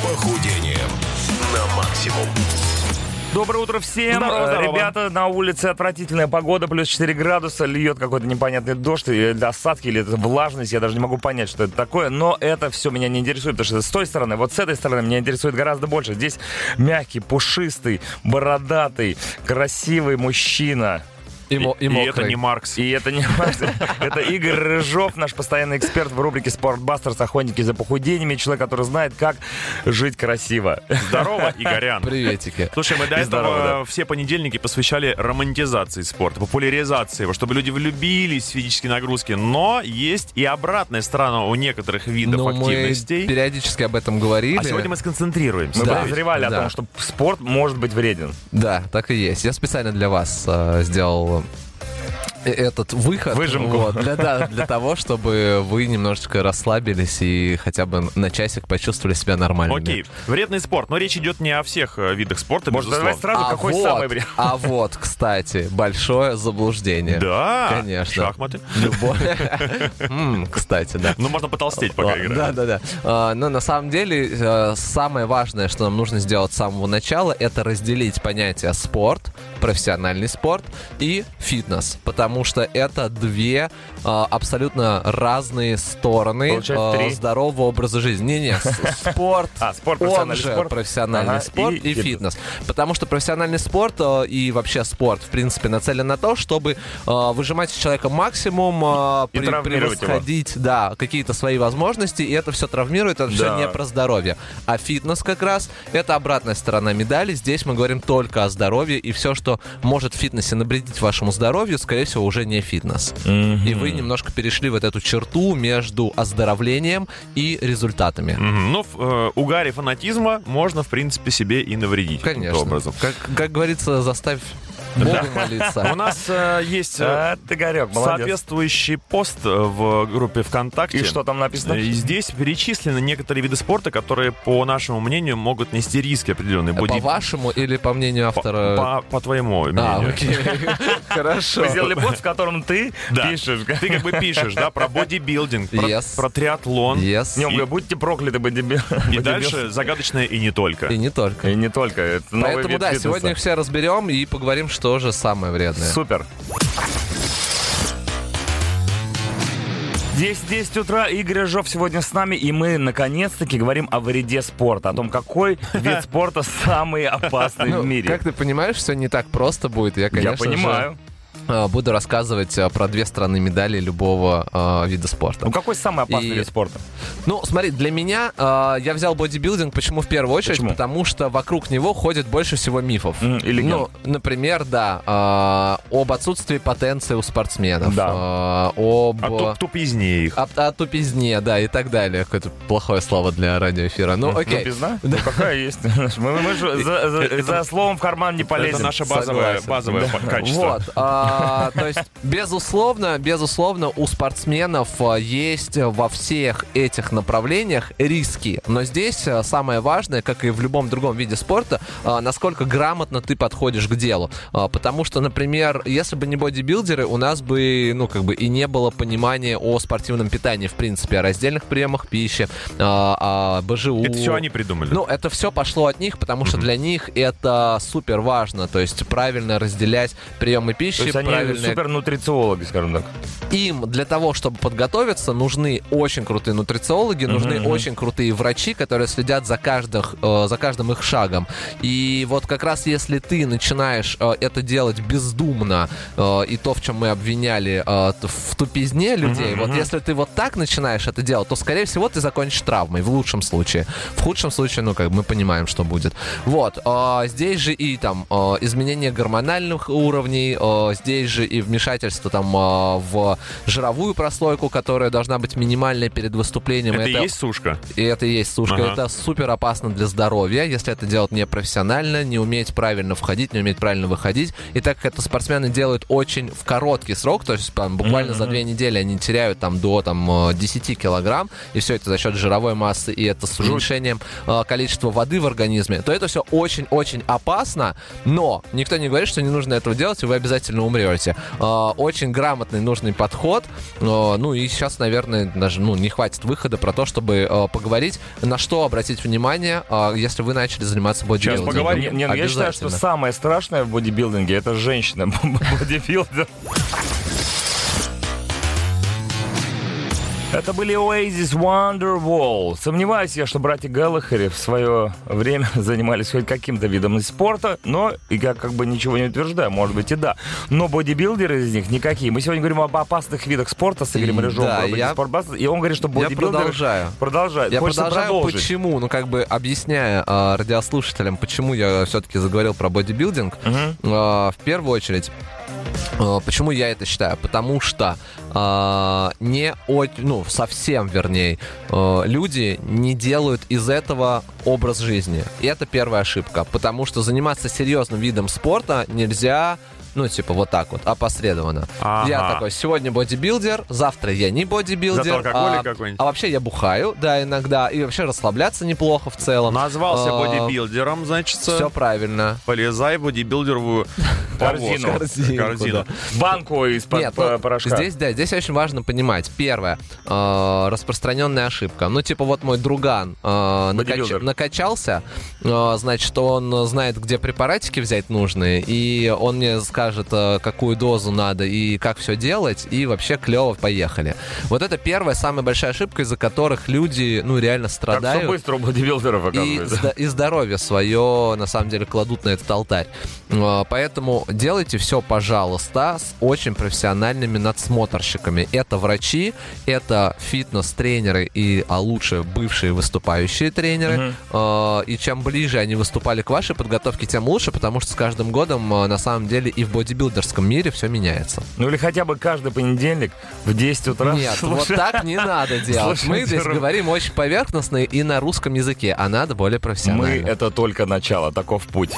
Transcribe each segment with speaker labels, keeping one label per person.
Speaker 1: Похудением на максимум.
Speaker 2: Доброе утро всем.
Speaker 3: Здорово,
Speaker 2: Э,
Speaker 3: здорово.
Speaker 2: Ребята, на улице отвратительная погода, плюс 4 градуса, льет какой-то непонятный дождь, или осадки, или это влажность, я даже не могу понять, что это такое, но это все меня не интересует, потому что с той стороны, вот с этой стороны меня интересует гораздо больше. Здесь мягкий, пушистый, бородатый, красивый мужчина.
Speaker 4: И, мо- и
Speaker 3: И
Speaker 4: мокрый.
Speaker 3: это не Маркс.
Speaker 2: И это не важно. Это Игорь Рыжов, наш постоянный эксперт в рубрике «Спортбастерс. Охотники за похудениями». Человек, который знает, как жить красиво.
Speaker 3: Здорово, Игорян.
Speaker 4: Приветики.
Speaker 3: Слушай, мы до
Speaker 2: И
Speaker 3: этого
Speaker 2: здорово,
Speaker 3: все понедельники посвящали романтизации спорта, популяризации его, чтобы люди влюбились в физические нагрузки. Но есть и обратная сторона у некоторых видов
Speaker 4: Ну, мы
Speaker 3: активностей.
Speaker 4: периодически об этом говорили.
Speaker 3: А сегодня мы сконцентрируемся.
Speaker 2: Мы
Speaker 4: Да.
Speaker 2: подозревали о
Speaker 4: Да.
Speaker 2: том, что спорт может быть вреден.
Speaker 4: Да, так и есть. Я специально для вас э, сделал э, этот выход.
Speaker 2: Выжимку.
Speaker 4: Вот, для, да, для того, чтобы вы немножечко расслабились и хотя бы на часик почувствовали себя нормально.
Speaker 3: Окей, вредный спорт, но речь идет не о всех э, видах спорта,
Speaker 2: Может, давай
Speaker 3: безусловно.
Speaker 2: сразу,
Speaker 4: А
Speaker 2: какой
Speaker 4: вот,
Speaker 2: самый вред?
Speaker 4: а вот, кстати, большое заблуждение.
Speaker 3: Да,
Speaker 4: Конечно.
Speaker 3: шахматы.
Speaker 4: Любое. М, Кстати, да.
Speaker 3: Ну, можно потолстеть, пока
Speaker 4: Ладно,
Speaker 3: играешь.
Speaker 4: Да, да, да. А, Но на самом деле э, самое важное, что нам нужно сделать с самого начала, это разделить понятия спорт, профессиональный спорт и фитнес, потому что это две э, абсолютно разные стороны
Speaker 2: Получается,
Speaker 4: э,
Speaker 2: три.
Speaker 4: здорового образа жизни. Не-не, с- спорт,
Speaker 2: А, спорт,
Speaker 4: он
Speaker 2: профессиональный
Speaker 4: же
Speaker 2: спорт.
Speaker 4: профессиональный
Speaker 2: Ага,
Speaker 4: спорт
Speaker 2: и
Speaker 4: и
Speaker 2: фитнес.
Speaker 4: фитнес. Потому что профессиональный спорт э, и вообще спорт, в принципе, нацелен на то, чтобы э, выжимать из человека максимум, э,
Speaker 2: И травмировать его.
Speaker 4: превосходить, да, какие-то свои возможности, и это все травмирует, это все
Speaker 2: Да.
Speaker 4: не про здоровье. А фитнес как раз это обратная сторона медали. Здесь мы говорим только о здоровье, и все, что может в фитнесе навредить вашему здоровью, скорее всего, уже не фитнес. И вы немножко перешли вот эту черту между оздоровлением и результатами.
Speaker 3: Мгм. Ну, в, э, угаре фанатизма можно, в принципе, себе и навредить. каким-то
Speaker 4: Конечно.
Speaker 3: образом.
Speaker 4: Как, как говорится, заставь Богу молиться.
Speaker 3: У нас э, есть э,
Speaker 2: А, ты горек, молодец.
Speaker 3: соответствующий пост э, в группе ВКонтакте. Э,
Speaker 2: И что там написано?
Speaker 4: Э,
Speaker 3: И здесь перечислены некоторые виды спорта, которые, по нашему мнению, могут нести риски определенные.
Speaker 4: По
Speaker 3: Буди-
Speaker 4: вашему или по мнению
Speaker 3: по,
Speaker 4: автора?
Speaker 3: по- по твоему
Speaker 4: А,
Speaker 3: мнению.
Speaker 4: окей. Хорошо.
Speaker 2: Мы сделали бот, в котором ты
Speaker 3: Да.
Speaker 2: пишешь.
Speaker 3: Ты как бы пишешь, да, про бодибилдинг, про,
Speaker 4: Yes.
Speaker 3: про триатлон.
Speaker 4: Yes.
Speaker 2: Днем, говорю, будьте прокляты, бодибил.
Speaker 3: И дальше загадочное и не только.
Speaker 4: И не только.
Speaker 2: И не только. Это новый
Speaker 4: Поэтому
Speaker 2: вид
Speaker 4: да,
Speaker 2: фитнеса.
Speaker 4: сегодня их все разберем и поговорим, что же самое вредное.
Speaker 2: Супер. 10-10 утра, Игорь Рыжов сегодня с нами, и мы наконец-таки говорим о вреде спорта, о том, какой вид спорта самый опасный
Speaker 4: Ну,
Speaker 2: в мире.
Speaker 4: Как ты понимаешь, все не так просто будет. Я,
Speaker 2: Я
Speaker 4: конечно
Speaker 2: понимаю.
Speaker 4: же, э, буду рассказывать э, про две стороны медали любого э, вида спорта.
Speaker 2: Ну какой самый опасный
Speaker 4: И-
Speaker 2: вид спорта?
Speaker 4: Ну, смотри, для меня э, я взял бодибилдинг, почему в первую очередь?
Speaker 2: Почему?
Speaker 4: Потому что вокруг него ходит больше всего мифов.
Speaker 2: М, и легенд.
Speaker 4: ну, например, да, э, об отсутствии потенции у спортсменов. э, об...
Speaker 3: А тут тупизнее их.
Speaker 4: О, о тупизне, да, и так далее. Какое-то плохое слово для радиоэфира. Ну, окей.
Speaker 2: Тупизна? Ну, какая есть? Мы, мы же за, за- за словом в карман не полезем.
Speaker 3: Это наше базовое,
Speaker 4: Согласен.
Speaker 3: базовое качество.
Speaker 4: Вот, а, то есть, безусловно, безусловно, у спортсменов а, есть во всех этих направлениях риски. Но здесь а, самое важное, как и в любом другом виде спорта, а, насколько грамотно ты подходишь к делу. А, Потому что, например, если бы не бодибилдеры, у нас бы, ну, как бы и не было понимания о спортивном питании, в принципе, о раздельных приемах пищи, а, о БЖУ.
Speaker 3: Это все они придумали.
Speaker 4: Ну, это все пошло от них, потому что для них это супер важно. То есть правильно разделять приемы
Speaker 2: То
Speaker 4: пищи,
Speaker 2: есть они
Speaker 4: правильно
Speaker 2: супер нутрициологи, скажем так.
Speaker 4: им для того, чтобы подготовиться, нужны очень крутые нутрициологи, нужны очень крутые врачи, которые следят за, каждых, э, за каждым их шагом. И вот как раз если ты начинаешь э, это делать бездумно, э, и то, в чем мы обвиняли, э, т- в тупизне людей, вот если ты вот так начинаешь это делать, то, скорее всего, ты закончишь травмой, в лучшем случае. В худшем случае, ну, как бы мы понимаем, что будет. Вот, э, здесь же и там э, изменение гормональных уровней, э, здесь же и вмешательство там э, в жировую прослойку, которая должна быть минимальной перед выступлением.
Speaker 3: это и есть сушка.
Speaker 4: И это и есть сушка.
Speaker 3: Ага.
Speaker 4: Это супер опасно для здоровья, если это делать непрофессионально, не уметь правильно входить, не уметь правильно выходить. И так как это спортсмены делают очень в короткий срок, то есть там, буквально за две недели они теряют там до там, э, 10 килограмм, и все это за счет жировой массы, и это с уменьшением э, количества воды в организме, то это все очень-очень опасно, но никто не говорит, что не нужно этого делать, и вы обязательно умрете. Э, Очень грамотный, нужный подход. Э, Ну и сейчас, наверное, даже ну, не хватит выхода про то, чтобы э, поговорить, на что обратить внимание, э, если вы начали заниматься бодибилдингом.
Speaker 3: поговорим.
Speaker 2: Не, ну я считаю, что
Speaker 4: Обязательно.
Speaker 2: самое страшное в бодибилдинге это женщина. Бодибилдер. Это были Oasis Wonderwall. Сомневаюсь я, что братья Галлахери в свое время занимались хоть каким-то видом спорта, но и я как бы ничего не утверждаю, может быть и да. Но бодибилдеры из них никакие. Мы сегодня говорим об опасных видах спорта с Игорем
Speaker 4: И
Speaker 2: Рыжовым,
Speaker 4: да,
Speaker 2: про быть
Speaker 4: я-
Speaker 2: спортбастер, и он говорит, что
Speaker 4: Я
Speaker 2: бодибилдеры...
Speaker 4: продолжаю.
Speaker 2: Продолжает.
Speaker 4: Я
Speaker 2: Хочется
Speaker 4: продолжаю,
Speaker 2: продолжить.
Speaker 4: почему, ну как бы объясняя э, радиослушателям, почему я все-таки заговорил про бодибилдинг,
Speaker 2: Мгм.
Speaker 4: э, в первую очередь. э, Почему я это считаю? Потому что э, не от- ну совсем, вернее, э, люди не делают из этого образ жизни. И это первая ошибка, потому что заниматься серьезным видом спорта нельзя, ну типа вот так вот, опосредованно. Я
Speaker 3: Ага.
Speaker 4: такой, сегодня бодибилдер, завтра я не бодибилдер.
Speaker 3: Зато алкоголик
Speaker 4: а-
Speaker 3: какой-нибудь.
Speaker 4: а вообще я бухаю, да, иногда. И вообще расслабляться неплохо в целом.
Speaker 3: Назвался
Speaker 4: А,
Speaker 3: бодибилдером, значит,
Speaker 4: Все правильно.
Speaker 3: полезай в бодибилдеровую
Speaker 2: Корзину.
Speaker 3: повозку.
Speaker 4: Корзинку,
Speaker 3: Корзину.
Speaker 2: банку из-под
Speaker 4: Нет,
Speaker 2: по-
Speaker 4: ну,
Speaker 2: порошка.
Speaker 4: Здесь, да, здесь очень важно понимать. Первое, э, распространенная ошибка. Ну, типа, вот мой друган э, накач-
Speaker 2: Бодибилдер.
Speaker 4: накачался, э, значит, он знает, где препаратики взять нужные, и он мне скажет, э, какую дозу надо и как все делать, и вообще клево, поехали. Вот это первая, самая большая ошибка, из-за которых люди, ну, реально
Speaker 2: Как все
Speaker 4: страдают.
Speaker 2: быстро у бодибилдеров
Speaker 4: и,
Speaker 2: оказывается.
Speaker 4: зда- и здоровье свое, на самом деле, кладут на этот алтарь. Э, Поэтому делайте все, пожалуйста, с очень профессиональными надсмотрщиками. Это врачи, это фитнес-тренеры и, а лучше, бывшие выступающие тренеры. Э, И чем ближе они выступали к вашей подготовке, тем лучше, потому что с каждым годом, э, на самом деле, и в бодибилдерском мире все меняется.
Speaker 2: Ну или хотя бы каждый понедельник в 10 утра.
Speaker 4: Нет, вот
Speaker 2: слушай,
Speaker 4: так не надо делать.
Speaker 2: Слушай,
Speaker 4: Мы здесь
Speaker 2: Ром.
Speaker 4: говорим очень поверхностно и на русском языке, а надо более
Speaker 2: Мы
Speaker 4: профессионально.
Speaker 2: это только начало, таков путь.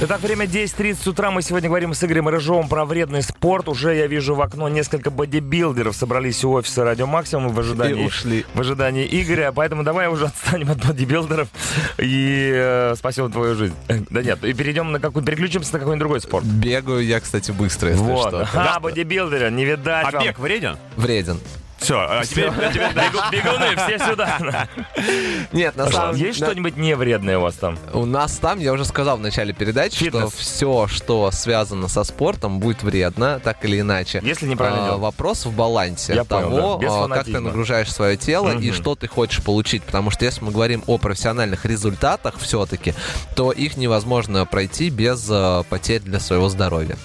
Speaker 2: Итак, время 10.30 утра. Мы сегодня говорим с Игорем Рыжовым про вредный спорт. Уже я вижу в окно несколько бодибилдеров собрались у офиса Радио Максимум в ожидании,
Speaker 4: ушли.
Speaker 2: в ожидании Игоря. Поэтому давай уже отстанем от бодибилдеров и э, спасем твою жизнь. Э, Да нет, и перейдем на какой переключимся на какой-нибудь другой спорт.
Speaker 4: Бегаю я, кстати, быстро, если
Speaker 2: Вот.
Speaker 4: что.
Speaker 2: А, бодибилдера, не видать
Speaker 3: А
Speaker 2: вам.
Speaker 3: бег вреден?
Speaker 4: Вреден.
Speaker 3: Все, а теперь, теперь
Speaker 2: Бегу- Бегуны, все сюда.
Speaker 4: Нет, на самом
Speaker 2: А Есть
Speaker 4: на-
Speaker 2: что-нибудь невредное у вас там?
Speaker 4: У нас там, я уже сказал в начале передачи,
Speaker 2: Фитнес.
Speaker 4: что все, что связано со спортом, будет вредно, так или иначе.
Speaker 2: Если неправильно
Speaker 4: А,
Speaker 2: делать.
Speaker 4: Вопрос в балансе
Speaker 2: Я понял,
Speaker 4: того,
Speaker 2: да, без
Speaker 4: а, как
Speaker 2: фанатизма.
Speaker 4: ты нагружаешь свое тело и
Speaker 2: Мгм.
Speaker 4: что ты хочешь получить. Потому что если мы говорим о профессиональных результатах все-таки, то их невозможно пройти без э, потерь для своего здоровья.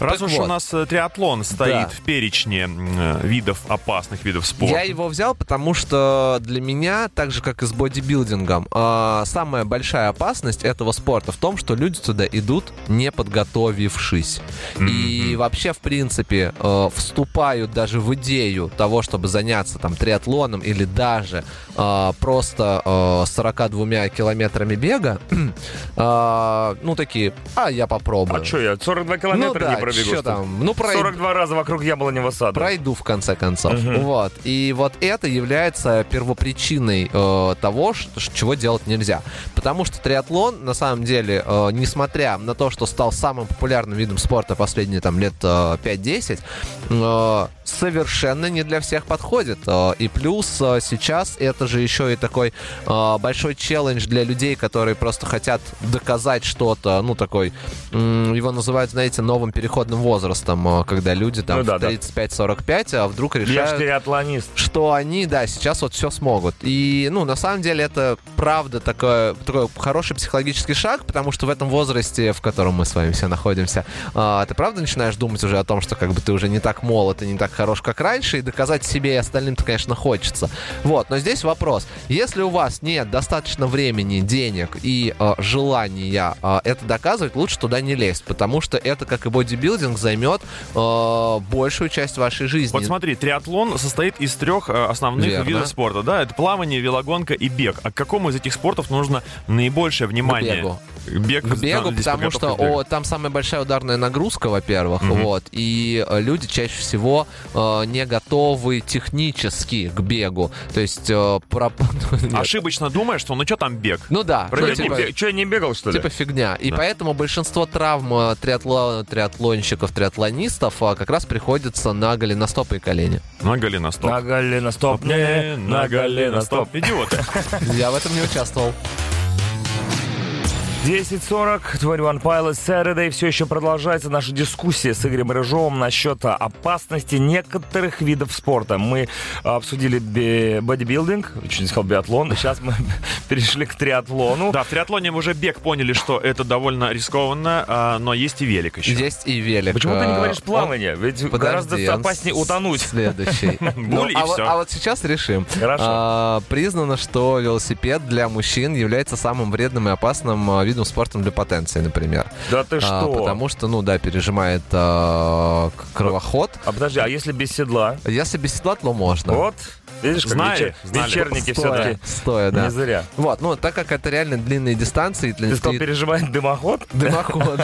Speaker 3: Раз
Speaker 4: Так
Speaker 3: уж у
Speaker 4: вот.
Speaker 3: нас э, триатлон стоит
Speaker 4: Да.
Speaker 3: в перечне м, э, видов, опасных видов спорта.
Speaker 4: Я его взял, потому что для меня, так же как и с бодибилдингом, а, самая большая опасность этого спорта в том, что люди туда идут не подготовившись. И вообще, в принципе, э, вступают даже в идею того, чтобы заняться там триатлоном или даже э, просто э, 42 километрами бега. Э, Ну, такие, а я попробую.
Speaker 2: А что я 42
Speaker 4: ну
Speaker 2: километра
Speaker 4: да,
Speaker 2: не пробегу?
Speaker 4: чё
Speaker 2: что ли?
Speaker 4: там, ну пройду.
Speaker 2: 42 раза вокруг яблоневого сада.
Speaker 4: Пройду в конце концов.
Speaker 2: Мгм.
Speaker 4: Вот. И вот это является первопричиной э, того, ш- ш- чего делать нельзя. Потому что триатлон, на самом деле, э, несмотря на то, что стал самым популярным видом спорта последние там лет э, 5-10, э, совершенно не для всех подходит. Э, и плюс э, сейчас это же еще и такой э, большой челлендж для людей, которые просто хотят доказать что-то, ну такой, м, его называют, знаете, новым переходным возрастом, э, когда люди там
Speaker 2: Ну да,
Speaker 4: в
Speaker 2: да.
Speaker 4: 35-45, а вдруг
Speaker 2: Я ж
Speaker 4: решают,
Speaker 2: триатлонист.
Speaker 4: что они, да, сейчас вот все смогут. И, ну, на самом деле это правда такое, такой хороший психологический шаг, потому что в этом возрасте, в котором мы с вами все находимся, а, ты правда начинаешь думать уже о том, что как бы ты уже не так молод и не так хорош, как раньше, и доказать себе и остальным-то, конечно, хочется. Вот, но здесь вопрос. Если у вас нет достаточно времени, денег и э, желания э, это доказывать, лучше туда не лезть, потому что это, как и бодибилдинг, займет э, большую часть вашей жизни.
Speaker 3: Вот смотри, триатлон состоит из трех э, основных
Speaker 4: Верно.
Speaker 3: видов спорта, да? Это плавание, велогонка и бег. А к какому из этих спортов нужно наибольшее внимание?
Speaker 4: бегу.
Speaker 3: Бег,
Speaker 4: к бегу,
Speaker 3: да, здесь
Speaker 4: потому
Speaker 3: подготовка
Speaker 4: что
Speaker 3: к бегу.
Speaker 4: о, там самая большая ударная нагрузка, во-первых,
Speaker 3: Мгм.
Speaker 4: вот, и э, люди чаще всего э, не готовы технически к бегу. То есть э, про-
Speaker 2: А
Speaker 4: Нет.
Speaker 3: Ошибочно думаешь, что ну что там бег?
Speaker 4: Ну да.
Speaker 3: Прыгай,
Speaker 4: ну, типа-
Speaker 2: Че, я не бегал, что ли?
Speaker 4: Типа фигня. И поэтому большинство травм э, триатло- триатлонщиков, триатлонистов а, как раз приходится на голеностопы и колени.
Speaker 3: На Галина, стоп.
Speaker 2: На голено стоп, не, на голено стоп.
Speaker 3: Идиоты.
Speaker 4: Я в этом не участвовал.
Speaker 2: 10.40, 21 Pilots Saturday. Все еще продолжается наша дискуссия с Игорем Рыжовым насчет опасности некоторых видов спорта. Мы а, обсудили би- бодибилдинг, чуть не сказал биатлон. Сейчас мы перешли к триатлону.
Speaker 3: Да, в триатлоне мы уже бег поняли, что это довольно рискованно, а, но есть и велик еще.
Speaker 4: Есть и велик.
Speaker 2: Почему ты не
Speaker 4: Э,
Speaker 2: говоришь
Speaker 4: он-
Speaker 2: плавание? Ведь
Speaker 4: Подожди,
Speaker 2: гораздо
Speaker 4: он
Speaker 2: опаснее
Speaker 4: с-
Speaker 2: утонуть.
Speaker 4: Следующий. Ну,
Speaker 3: Буль и
Speaker 4: а, вот,
Speaker 3: всё.
Speaker 4: а вот сейчас решим.
Speaker 2: Хорошо.
Speaker 4: А, признано, что велосипед для мужчин является самым вредным и опасным а, видом спорта для потенции, например.
Speaker 2: Да ты
Speaker 4: А,
Speaker 2: что?
Speaker 4: потому что, ну да, пережимает а, к- кровоход.
Speaker 2: А подожди, а если без седла?
Speaker 4: Если без седла, то можно.
Speaker 2: Вот. Видишь, как
Speaker 3: Знали,
Speaker 2: вечер-
Speaker 3: знали.
Speaker 2: вечерники
Speaker 4: стоя,
Speaker 2: все-таки
Speaker 4: стоя, да.
Speaker 2: не зря.
Speaker 4: Вот, ну, так как это реально длинные дистанции, для
Speaker 2: Ты сказал, переживает дымоход?
Speaker 4: дымоход.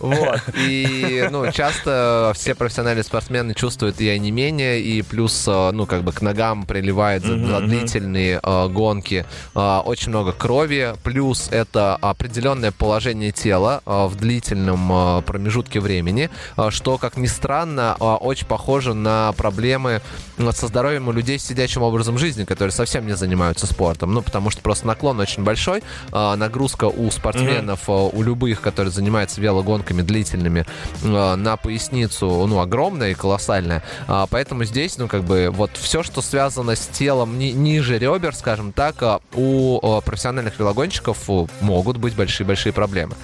Speaker 4: Вот. И, ну, часто все профессиональные спортсмены чувствуют и онемение, и плюс, э, ну, как бы к ногам приливает за за длительные э, гонки э, очень много крови, плюс это определенное положение тела э, в длительном э, промежутке времени, э, что, как ни странно, э, очень похоже на проблемы э, со здоровьем у людей с сидячим образом жизни, которые совсем не занимаются спортом. Ну, потому что просто наклон очень большой, э, нагрузка у спортсменов, э, у любых, которые занимаются велогонками длительными, э, на поясницу, ну, огромная и колоссальная. А, Поэтому здесь, ну, как бы, вот все, что связано с телом ни- ниже ребер, скажем так, а, у э, профессиональных велогонщиков у, могут быть большие-большие проблемы.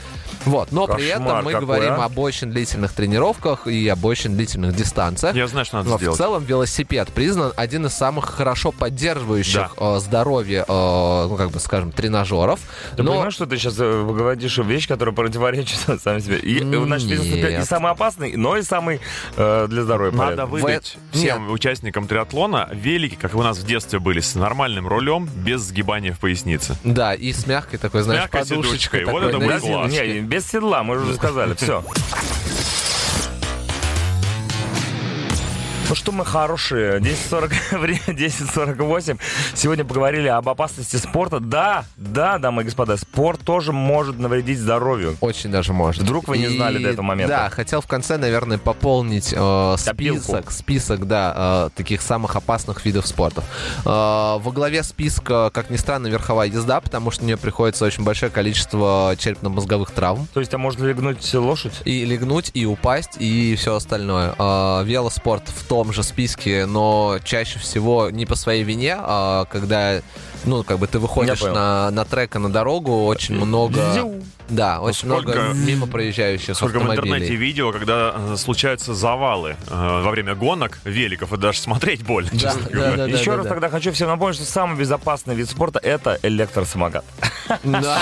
Speaker 4: Вот, но
Speaker 2: Кошмар
Speaker 4: при этом мы
Speaker 2: какой,
Speaker 4: говорим
Speaker 2: а.
Speaker 4: об очень длительных тренировках и об очень длительных дистанциях.
Speaker 3: Я знаю, что надо
Speaker 4: Но в
Speaker 3: сделать.
Speaker 4: целом велосипед признан один из самых хорошо поддерживающих э, здоровье, э, ну как бы скажем, тренажеров.
Speaker 2: Ты
Speaker 4: но
Speaker 2: понимаешь, что ты сейчас говоришь вещь, которая противоречит сам себе? И, э, значит, велосипед и
Speaker 4: Нет.
Speaker 2: самый опасный, но и самый э, для здоровья
Speaker 3: Надо
Speaker 2: полезный.
Speaker 3: выдать
Speaker 4: Нет.
Speaker 3: всем участникам триатлона велики, как у нас в детстве были, с нормальным рулем, без сгибания в пояснице.
Speaker 4: да, и с мягкой такой, знаешь,
Speaker 3: мягкой
Speaker 4: подушечкой.
Speaker 3: сидушкой. Вот
Speaker 4: такой
Speaker 3: это
Speaker 4: на
Speaker 3: будет
Speaker 4: резиночке.
Speaker 3: класс.
Speaker 2: Не, без седла, мы уже сказали, все. Ну что мы хорошие, 10.40, время 10.48. Сегодня поговорили об опасности спорта. Да, да, дамы и господа, спорт тоже может навредить здоровью.
Speaker 4: Очень даже может.
Speaker 2: Вдруг вы не знали до этого момента.
Speaker 4: Да, хотел в конце, наверное, пополнить э,
Speaker 2: Копилку.
Speaker 4: список, список, да, э, таких самых опасных видов спорта. Э, во главе списка, как ни странно, верховая езда, потому что мне приходится очень большое количество черепно-мозговых травм.
Speaker 2: То есть, а может легнуть лошадь?
Speaker 4: И легнуть, и упасть, и все остальное. А, велоспорт в том же списке, но чаще всего не по своей вине, а когда, ну, как бы ты выходишь
Speaker 2: Я понял. Э,
Speaker 4: на, на трек и на дорогу, очень много...
Speaker 2: Зю. Ну,
Speaker 4: Да, очень много
Speaker 3: сколько-
Speaker 4: мимо проезжающих
Speaker 3: Сколько в интернете
Speaker 4: автомобилей.
Speaker 3: видео, когда э, случаются завалы э, во время гонок великов, и даже смотреть больно,
Speaker 4: Да,
Speaker 3: честно
Speaker 4: да,
Speaker 3: говоря.
Speaker 4: да,
Speaker 2: Еще
Speaker 4: да,
Speaker 2: раз
Speaker 4: да.
Speaker 2: тогда хочу всем напомнить, что самый безопасный вид спорта это электросамокат.
Speaker 4: Да.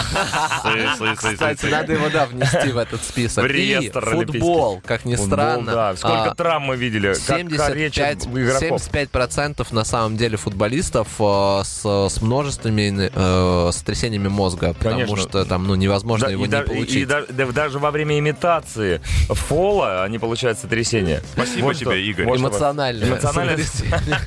Speaker 3: Сы- сы- сы- сы-
Speaker 4: А, Кстати,
Speaker 3: сы.
Speaker 4: надо его, да, внести в этот список.
Speaker 2: В
Speaker 4: И
Speaker 2: реестр олимпийский.
Speaker 4: футбол, как ни
Speaker 2: Футбол,
Speaker 4: странно.
Speaker 2: Да, сколько
Speaker 4: а,
Speaker 2: травм мы видели, как калечат
Speaker 4: 75,
Speaker 2: игроков.
Speaker 4: 75% на самом деле футболистов э, с, с множественными э, сотрясениями мозга, потому
Speaker 2: Конечно.
Speaker 4: что там ну, невозможно
Speaker 2: Да,
Speaker 4: его
Speaker 2: и,
Speaker 4: не
Speaker 2: да- и
Speaker 4: получить.
Speaker 2: да- да- даже во время имитации фола они получают сотрясение.
Speaker 3: Спасибо
Speaker 2: Вот
Speaker 3: тебе,
Speaker 2: что-
Speaker 3: Игорь.
Speaker 2: вот что-
Speaker 4: Эмоциональное
Speaker 2: Эмоциональное
Speaker 4: сотрясение.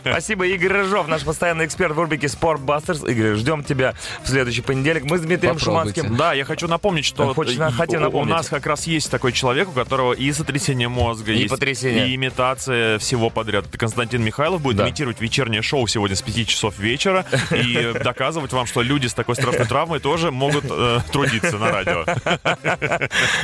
Speaker 2: Спасибо, Игорь Рыжов, наш постоянный эксперт в рубрике Sportbusters. Игорь, ждем тебя в следующий понедельник. Мы с Дмитрием
Speaker 4: Попробуйте.
Speaker 2: Шуманским.
Speaker 3: Да, я хочу напомнить, что
Speaker 2: Хочешь, на-
Speaker 3: и-
Speaker 2: хотим
Speaker 3: у- у
Speaker 2: напомнить.
Speaker 3: нас как раз есть такой человек, у которого и сотрясение мозга,
Speaker 2: И
Speaker 3: есть,
Speaker 2: потрясение.
Speaker 3: и имитация всего подряд. Это Константин Михайлов будет
Speaker 2: Да.
Speaker 3: имитировать вечернее шоу сегодня с 5 часов вечера и доказывать вам, что люди с такой страшной травмой тоже могут э, трудиться на радио.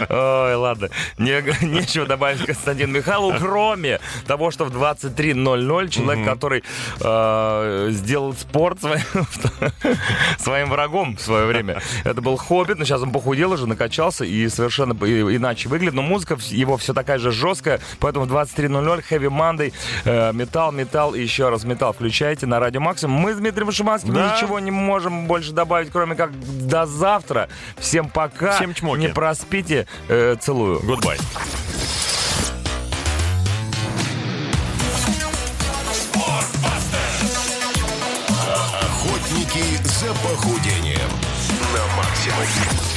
Speaker 2: Ой, ладно. Не- нечего добавить Константину Михайлову, кроме того, что в 23.00 человек, который э, сделал спорт своим, своим врагом в свое время. Это был Хоббит, но сейчас он похудел уже, накачался и совершенно по- и- иначе выглядит. Но музыка вс- его все такая же жесткая, поэтому в 23.00 Heavy Monday, э, металл, металл и еще раз металл. Включайте на Радио Максимум. Мы с Дмитрием Шиманским
Speaker 3: Да.
Speaker 2: ничего не можем больше добавить, кроме как до завтра. Всем пока.
Speaker 3: Всем чмоки.
Speaker 2: Не проспите. Э, целую.
Speaker 3: Goodbye.
Speaker 1: Охотники за похудением на максимум.